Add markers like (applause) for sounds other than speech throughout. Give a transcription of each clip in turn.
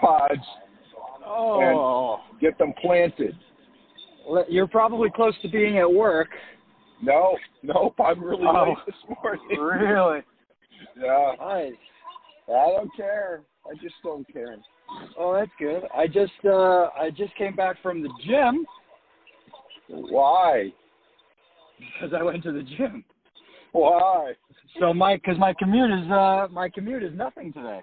pods Oh, and get them planted. le- you're probably close to being at work. No, nope, I'm really Oh. late this morning. (laughs) Really? (laughs) yeah, Nice. I don't care. I just don't care. Oh, that's good. I just uh I just came back from the gym Why? because I went to the gym. Why? So my because my commute is uh my commute is nothing today.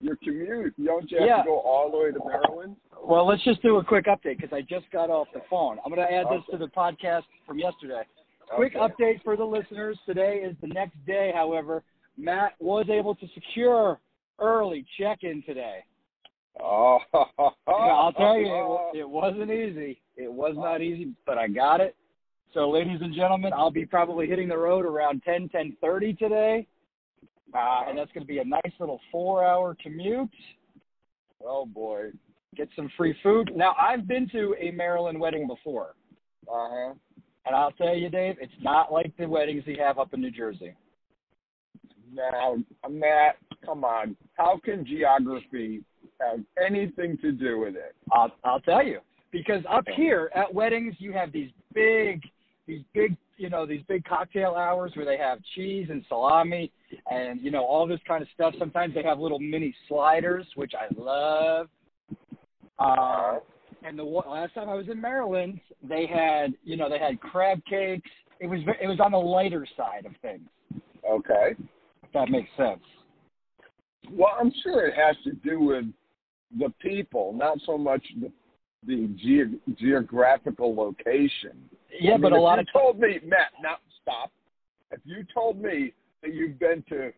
Your commute. Don't you have Yeah. to go all the way to Maryland? Well, let's just do a quick update because I just got off the phone. I'm going to add this Okay. to the podcast from yesterday. Quick Okay. (laughs) update for the listeners. Today is the next day, however. Matt was able to secure early check in today. Oh, Yeah, I'll tell you, it, wa- it wasn't easy. It was not easy, but I got it. So, ladies and gentlemen, I'll be probably hitting the road around 10, 10.30 today. Uh, and that's going to be a nice little four-hour commute. Oh boy. Get some free food. Now, I've been to a Maryland wedding before. Uh huh. And I'll tell you, Dave, it's not like the weddings they have up in New Jersey. Now, Matt, come on. How can geography have anything to do with it? I'll, I'll tell you. Because up here at weddings, you have these big, these big, you know, these big cocktail hours where they have cheese and salami and, you know, all this kind of stuff. Sometimes they have little mini sliders, which I love. Uh, and the one- last time I was in Maryland, they had, you know, they had crab cakes. It was, ve- it was on the lighter side of things, Okay. if that makes sense. Well, I'm sure it has to do with the people, not so much the, the ge- geographical location. Yeah, I mean, but a if lot you of told me, Matt, now stop. If you told me that you've been to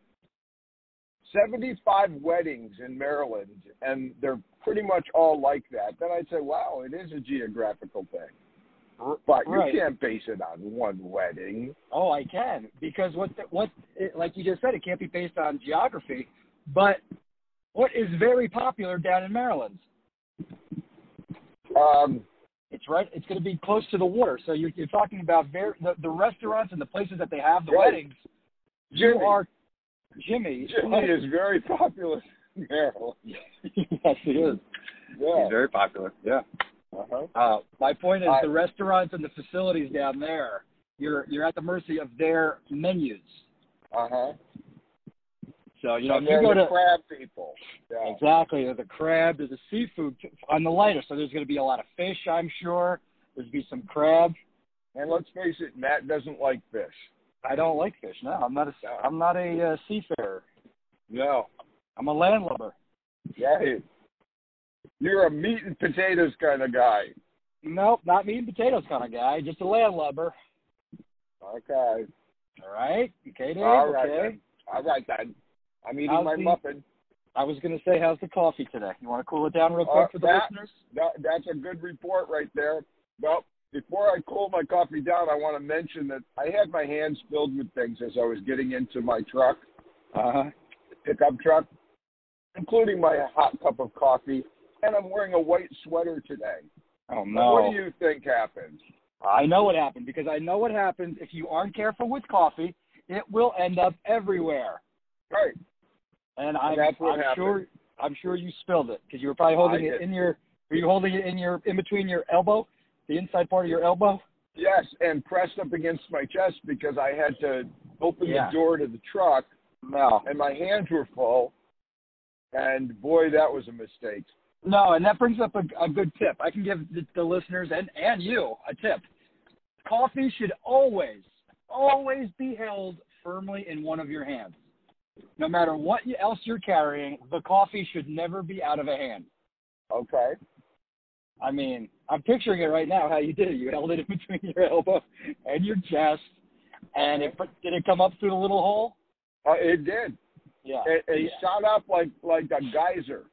75 weddings in Maryland and they're pretty much all like that, then I'd say, wow, it is a geographical thing. But you right. can't base it on one wedding. Oh, I can because what the, what it, like you just said, it can't be based on geography. But what is very popular down in Maryland? Um, It's right. It's going to be close to the water, so you're, you're talking about very, the, the restaurants and the places that they have the Right. weddings. Jimmy, You are Jimmy. Jimmy is very popular in Maryland. (laughs) yes, he is. Yeah. very popular. Yeah. Uh-huh. Uh, my point is I- the restaurants and the facilities down there. You're you're at the mercy of their menus. Uh-huh. So you know and if you they're go the to crab people. Yeah. Exactly. There's a crab. There's a seafood on the lighter, so there's going to be a lot of fish, I'm sure. There's going to be some crab. And let's face it, Matt doesn't like fish. I don't like fish. No, I'm not a. I'm not a uh, seafarer. No. I'm a landlubber. Right. You're a meat and potatoes kind of guy. Nope, not meat and potatoes kind of guy. Just a landlubber. Okay. All right. Okay, Dave. All right. okay. Then. All right then. I'm eating How's my the- muffin. I was going to say, how's the coffee today? You want to cool it down real quick Uh, for the that- listeners? That, that's a good report right there. Well, before I cool my coffee down, I want to mention that I had my hands filled with things as I was getting into my truck, Uh huh. pickup truck, including my hot cup of coffee, and I'm wearing a white sweater today. Now, Oh no. What do you think happened? I know what happened because I know what happens if you aren't careful with coffee. It will end up everywhere. Right. And I'm, that's what I'm happened. sure I'm sure you spilled it because you were probably holding I it did. in your were you holding it in your in between your elbow, the inside part of your elbow? Yes, and pressed up against my chest because I had to open Yeah. the door to the truck No. and my hands were full. And boy, that was a mistake. No, and that brings up a, a good tip. I can give the, the listeners and and you a tip. Coffee should always always be held firmly in one of your hands. No matter what you- else you're carrying, the coffee should never be out of a hand. Okay. I mean, I'm picturing it right now how you did it. You held it in (laughs) between your elbow and your chest, and it did it come up through the little hole? Uh, it did. Yeah. It, it Yeah. shot up like like a geyser.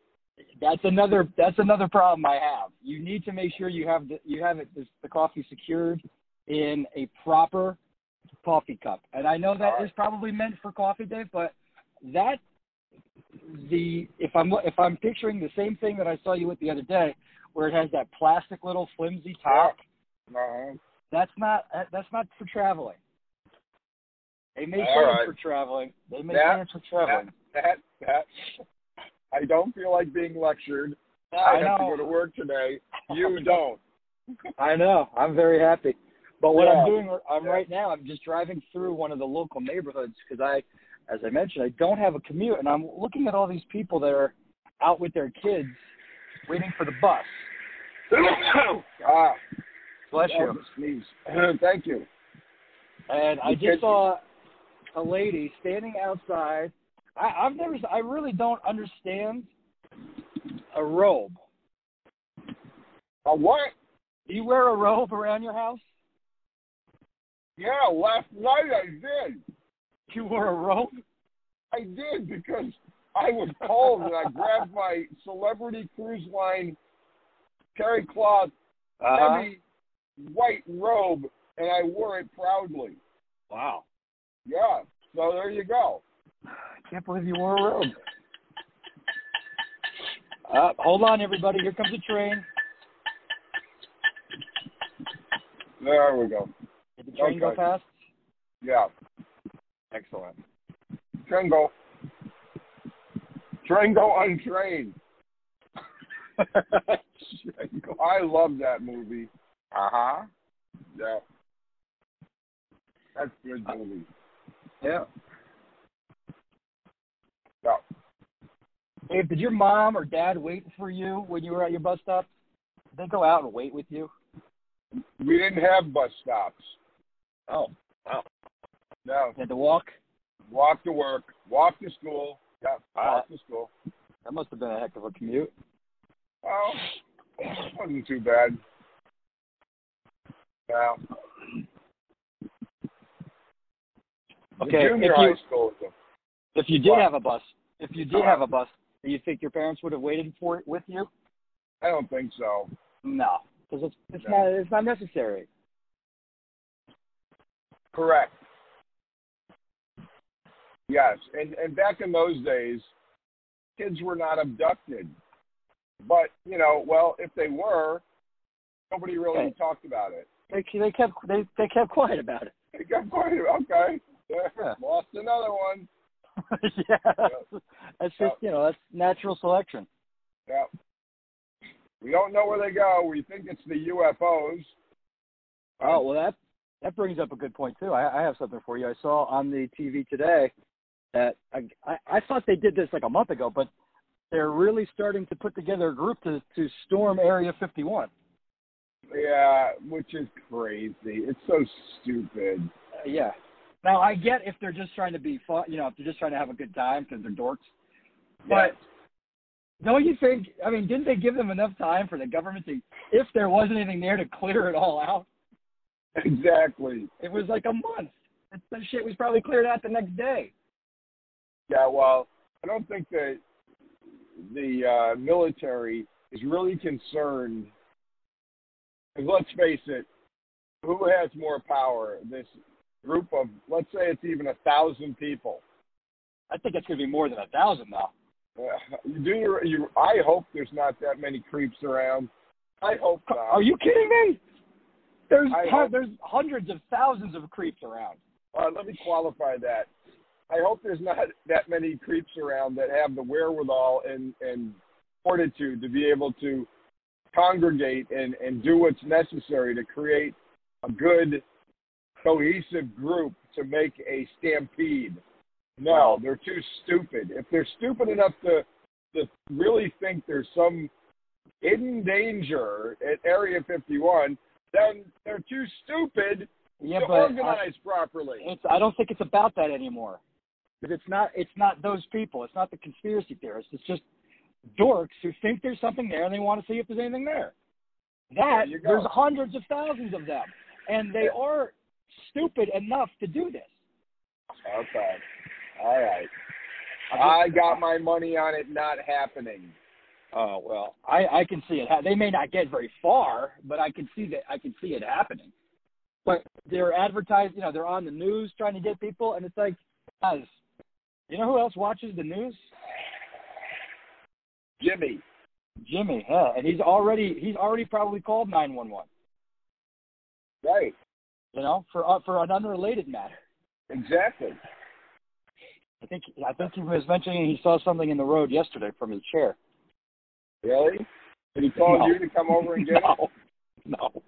That's another that's another problem I have. You need to make sure you have the you have it this, the coffee secured in a proper coffee cup. And I know that is All right. probably meant for coffee, Dave, but that the if I'm if I'm picturing the same thing that I saw you with the other day, where it has that plastic little flimsy top. Uh-huh. That's not that- that's not for traveling. They make All plans right. for traveling. They make That- plans for traveling. That that I don't feel like being lectured. I I, have to know. go to work today. You don't. I know. I'm very happy. But what Yeah. I'm doing, I'm Yeah. right now. I'm just driving through one of the local neighborhoods because I, as I mentioned, I don't have a commute, and I'm looking at all these people that are out with their kids, waiting for the bus. ah, Bless that was a sneeze. (laughs) Thank you. And I You just can't- saw a lady standing outside. I, I've never. s- I really don't understand a robe. A what? Do you wear a robe around your house? (laughs) Yeah, last night I did. You wear a robe? I did because I was cold and I grabbed my celebrity cruise line terry cloth Uh-huh. heavy white robe and I wore it proudly. Wow. Yeah. So there you go. I can't believe you wore a robe. Uh, hold on, everybody. Here comes a train. There we go. Did the train go Okay. past? Yeah. Excellent. Tringo. Tringo Untrained. (laughs) I love that movie. Uh huh. Yeah. Uh, That's a good movie. Yeah. Yeah. Dave, did your mom or dad wait for you when you were at your bus stop? Did they go out and wait with you? We didn't have bus stops. Oh. No. You had to walk? Walk to work. Walk to school. Yeah. Uh, Walk to school. That must have been a heck of a commute. Well, wasn't too bad. Yeah. Okay. If Junior you, high school. is a- if you did What? have a bus, if you did have a bus, do you think your parents would have waited for it with you? I don't think so. No, because it's it's No. not it's not necessary. Correct. Yes, and and back in those days, kids were not abducted, but you know, well, if they were, nobody really Okay. talked about it. They they kept they they kept quiet about it. (laughs) They kept going, okay, (laughs) Yeah. lost another one. yeah, that's just you know that's natural selection. Yeah. We don't know where they go. We think it's the UFOs. Oh well, that that brings up a good point too. I, I have something for you. I saw on the TV today that I, I I thought they did this like a month ago, but they're really starting to put together a group to to storm Area 51. Yeah, which is crazy. It's so stupid. Uh, yeah. Now I get if they're just trying to be fun, you know, if they're just trying to have a good time because they're dorks. But don't you think? I mean, didn't they give them enough time for the government to, if there was anything there, to clear it all out? Yeah, (laughs) exactly. It was like a month. That, that shit was probably cleared out the next day. Yeah, well, I don't think that the uh, military is really concerned. 'cause let's face it, who has more power? This group of, let's say it's even a thousand people. I think it's gonna be more than a thousand now. Uh, you do your, you, I hope there's not that many creeps around. I hope not. Are you kidding me? There's I hu- hope- there's hundreds of thousands of creeps around. Uh, let me qualify that. I hope there's not (laughs) that many creeps around that have the wherewithal and, and fortitude to be able to congregate and, and do what's necessary to create a good, cohesive group to make a stampede. No, Wow. they're too stupid. If they're stupid enough to, to really think there's some hidden danger at Area 51, then they're too stupid Yeah, to but I, organize properly. it's, I don't think it's about that anymore. 'Cause it's not it's not those people. It's not the conspiracy theorists. It's just dorks who think there's something there and they want to see if there's anything there. There That you go. there's hundreds of thousands of them, and they Yeah. are stupid enough to do this. Okay. All right. I'm I just- got my money on it not happening. Oh well, I I can see it. ha- They may not get very far, but I can see that I can see it happening. But they're advertised, you know, they're on the news trying to get people, and it's like, guys, you know who else watches the news? Jimmy. Jimmy, huh? And he's already he's already probably called nine one one, Right. you know, for uh, for an unrelated matter. Exactly. I think I think he was mentioning he saw something in the road yesterday from his chair. Really? Did he call No. you to come (laughs) over and get no, no.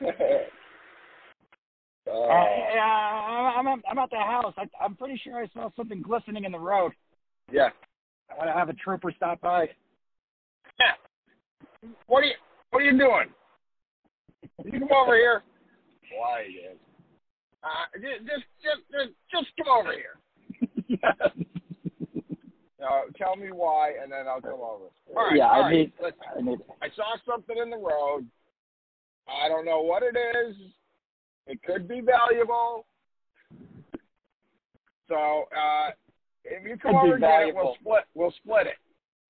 it? (laughs) uh, Uh, I, I'm I'm at the house. I, I'm pretty sure I saw something glistening in the road. yeah. I want to have a trooper stop by. What are you What are you doing? You come over here. Why? Dad? Uh, ju- just, just, just, just come over here. (laughs) Now, tell me why, and then I'll come over. All right, Yeah, I all right. need- Listen, I need- I saw something in the road. I don't know what it is. It could be valuable. So uh, if you come Could be over and get it, valuable. we'll split. We'll split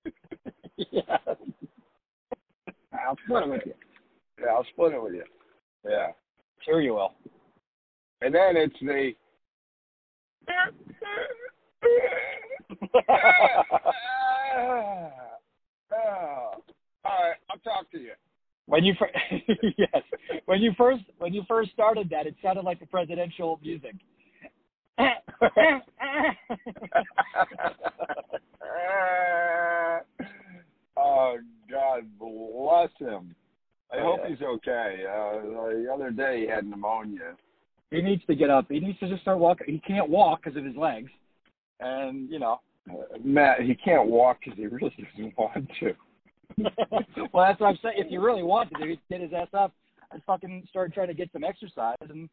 it. (laughs) yeah. I'll split it with you. Yeah, I'll split it with you. Yeah. Sure you will. And then it's (laughs) the. Ah, All right, I'll talk to you. when you fir- (laughs) yes, when you first when you first started that, it sounded like the presidential music. (laughs) oh, God bless him. I Oh, hope yeah. he's okay. Uh, the other day he had pneumonia. he needs to get up. He needs to just start walking. He can't walk because of his legs, and you know. (laughs) Uh, Matt, he can't walk because he really (laughs) doesn't want to. well, that's what I'm saying. If you really wanted to, he'd get his ass up and fucking start trying to get some exercise. And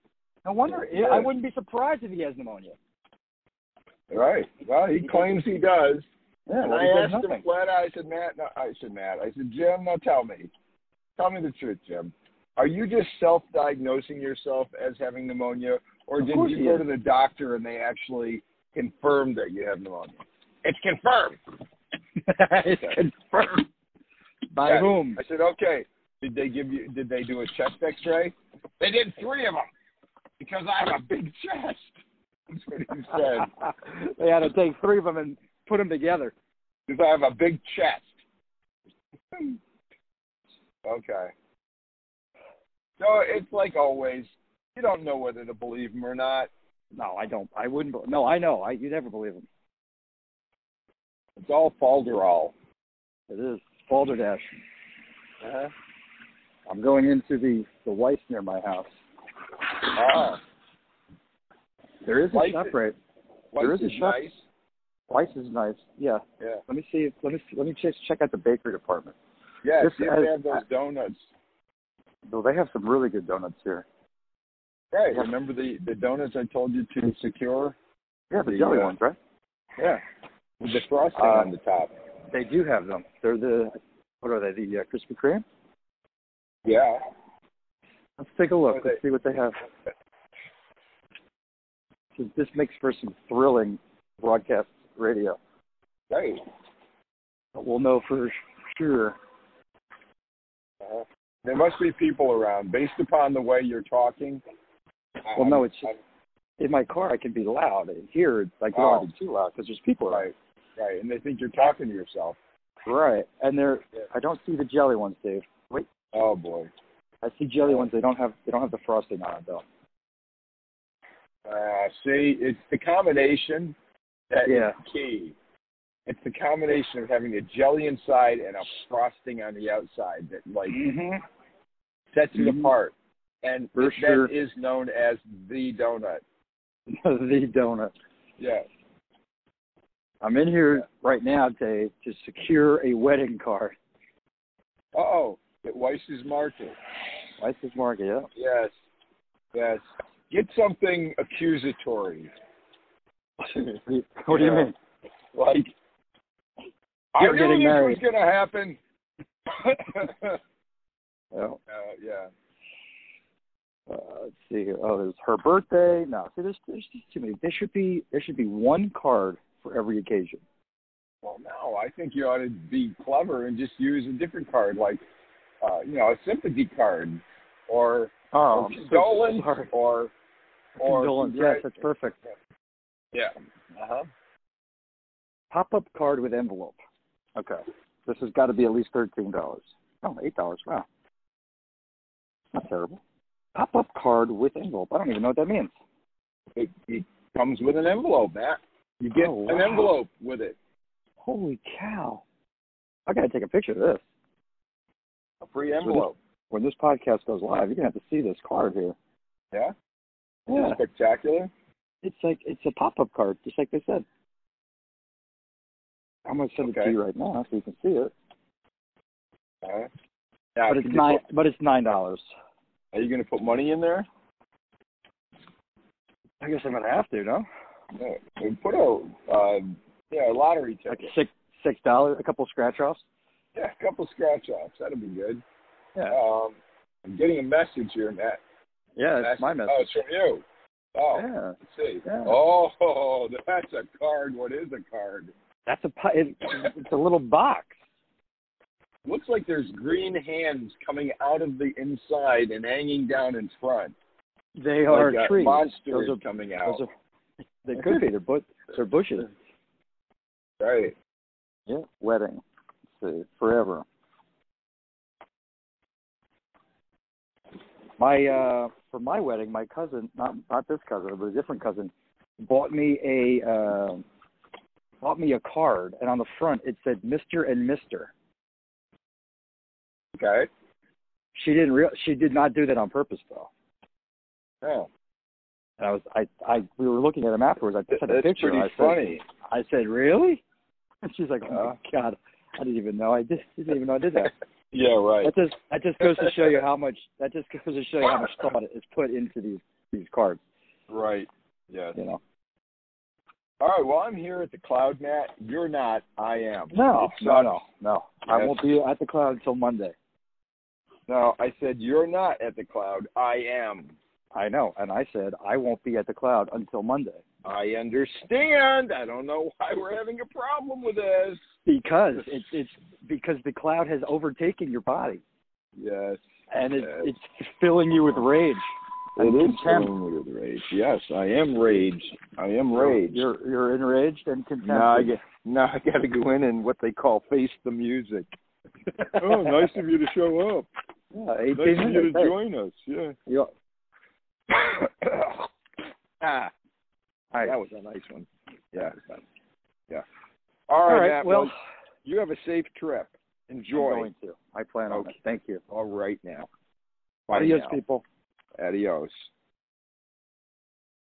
no wonder I wouldn't be surprised if he has pneumonia. Right. Well, he claims he does. Yeah, And well, I he does asked him nothing. flat out, I said, Matt, no, I said, Matt, I said, Jim, now tell me. Tell me the truth, Jim. Are you just self diagnosing yourself as having pneumonia, or Of did course you he go is. to the doctor and they actually confirmed that you have pneumonia? It's confirmed. (laughs) it's confirmed. (laughs) By Yeah. whom? I said, okay. Did they give you? Did they do a chest X-ray? They did three of them because I have a big chest. That's what he said. (laughs) they had to take three of them and put them together. Because I have a big chest. (laughs) okay. So it's like always, you don't know whether to believe him or not. No, I don't. I wouldn't. be- No, I know. I you never believe them. It's all falderall. It is balderdash. Uh-huh. I'm going into the the Weiss near my house. Oh, There is Weiss a is- shop right. There Weiss is a is chef. nice. Weiss is nice. Yeah. Yeah. Let me see. if- Let me see, let me just check out the bakery department. Yeah, This see if they has- have those donuts. Though they have some really good donuts here. Right. Yeah. Remember the, the donuts I told you to secure? Yeah, the The, jelly uh, ones, right? Yeah. With the frosting Uh, on the top. They do have them. They're the what are they? The uh, Krispy Kreme. Yeah. Let's take a look. Are Let's they- see what they have. 'Cause This makes for some thrilling broadcast radio. Right. But we'll know for sure. Uh, there must be people around based upon the way you're talking. Well, no, it's- I'm- In my car, I can be loud. And here, it's like, Oh. oh, it's too loud because there's people around. Right, right, and they think you're talking to yourself. Right. And they're, Yeah. I don't see the jelly ones, Dave. Wait, Oh boy. I see jelly ones. They don't have, they don't have the frosting on it though. Uh, see, it's the combination that is Yeah. key. It's the combination of having a jelly inside and a frosting on the outside that like (laughs) Mm-hmm. sets it Mhm. apart. And For that sure. is known as the donut. the donut. Yeah. I'm in here right now, Dave, to secure a wedding card. Uh oh. At Weiss's Market. License market, yeah. Yes. Yes. Get something accusatory. (laughs) what do you Yeah. mean? Like You're I knew getting this married. was gonna happen. (laughs) uh, Oh, yeah. uh, let's see. here. Oh, there's her birthday. No, see, there's, there's just too many. There should be, there should be one card for every occasion. Well, no, I think you ought to be clever and just use a different card, like uh, you know, a sympathy card, or, Oh, or I'm so (laughs) condolence, sorry. or or Condolence, congrat- yes, that's perfect. yeah, uh-huh. Pop up card with envelope. Okay. This has got to be at least thirteen dollars. Oh, eight dollars. Wow. Not terrible. Pop up card with envelope. I don't even know what that means. It, it comes with an envelope, Matt. You get Oh, wow. an envelope with it. Holy cow! I gotta take a picture of this A free envelope. when this podcast goes live. You're gonna have to see this card here. Yeah. Isn't Yeah, it Spectacular. it's like it's a pop-up card, just like they said. I'm gonna send it Okay. to you right now so you can see it. All right. Now, Uh, But could it's you nine. But it's nine dollars. put- are you going to put money in there? I guess I'm gonna have to, no? No. We Put a um, yeah a lottery Like ticket. six six dollars, a couple scratch offs. Yeah, a couple scratch offs. That'll be good. Yeah. Um, I'm getting a message here, Matt. Yeah, it's my Oh, message. it's from you. Oh, Yeah, let's see. Yeah. Oh, (laughs) that's a card. What is a card? that's a pi- it, it's a little box. Looks like there's green hands coming out of the inside and hanging down in front. They are like uh, trees. monsters Those are, coming out. those are- they could be. They're, bu- they're bushes. right. Yeah. Wedding. Let's see. Forever. My uh for my wedding, my cousin, not not this cousin, but a different cousin, bought me a uh, bought me a card, and on the front it said Mister and Mister. Okay. She didn't real she did not do that on purpose though. Oh, And I was I I we were looking at him afterwards. I sent a that's picture. pretty and I said, funny. Uh-huh. I said, "Really?" And she's like, "Oh my god, I didn't even know I did. Didn't even know I did that." yeah, (laughs) right. That just that just goes to show you how much that just goes to show you how much thought is put into these these cards. right. Yes. You know. All right. Well, I'm here at the cloud, Matt. You're not. I am. No, It no, sucks. no, no. I won't be at the cloud until Monday. No, I said you're not at the cloud. I am. I know, and I said I won't be at the cloud until Monday I understand. I don't know why we're having a problem with this. because it's it's because the cloud has overtaken your body Yes. and it's Yes. it's filling you with rage. Uh, It is Contempt. filling me with rage. Yes, I am rage. I am rage. You're you're enraged and contempt. now I get now I got to go in and what they call face the music. (laughs) oh, nice (laughs) of you to show up. Yeah, Nice 18 of you to minutes. Hey, join us. Yeah. you- ah, all right. that was a nice one. Yeah. Yeah. All right. Matt, well, you have a safe trip. Enjoy. I'm going to. I plan on Okay. it. Thank you. All right now. Bye Adios, now. people. Adios.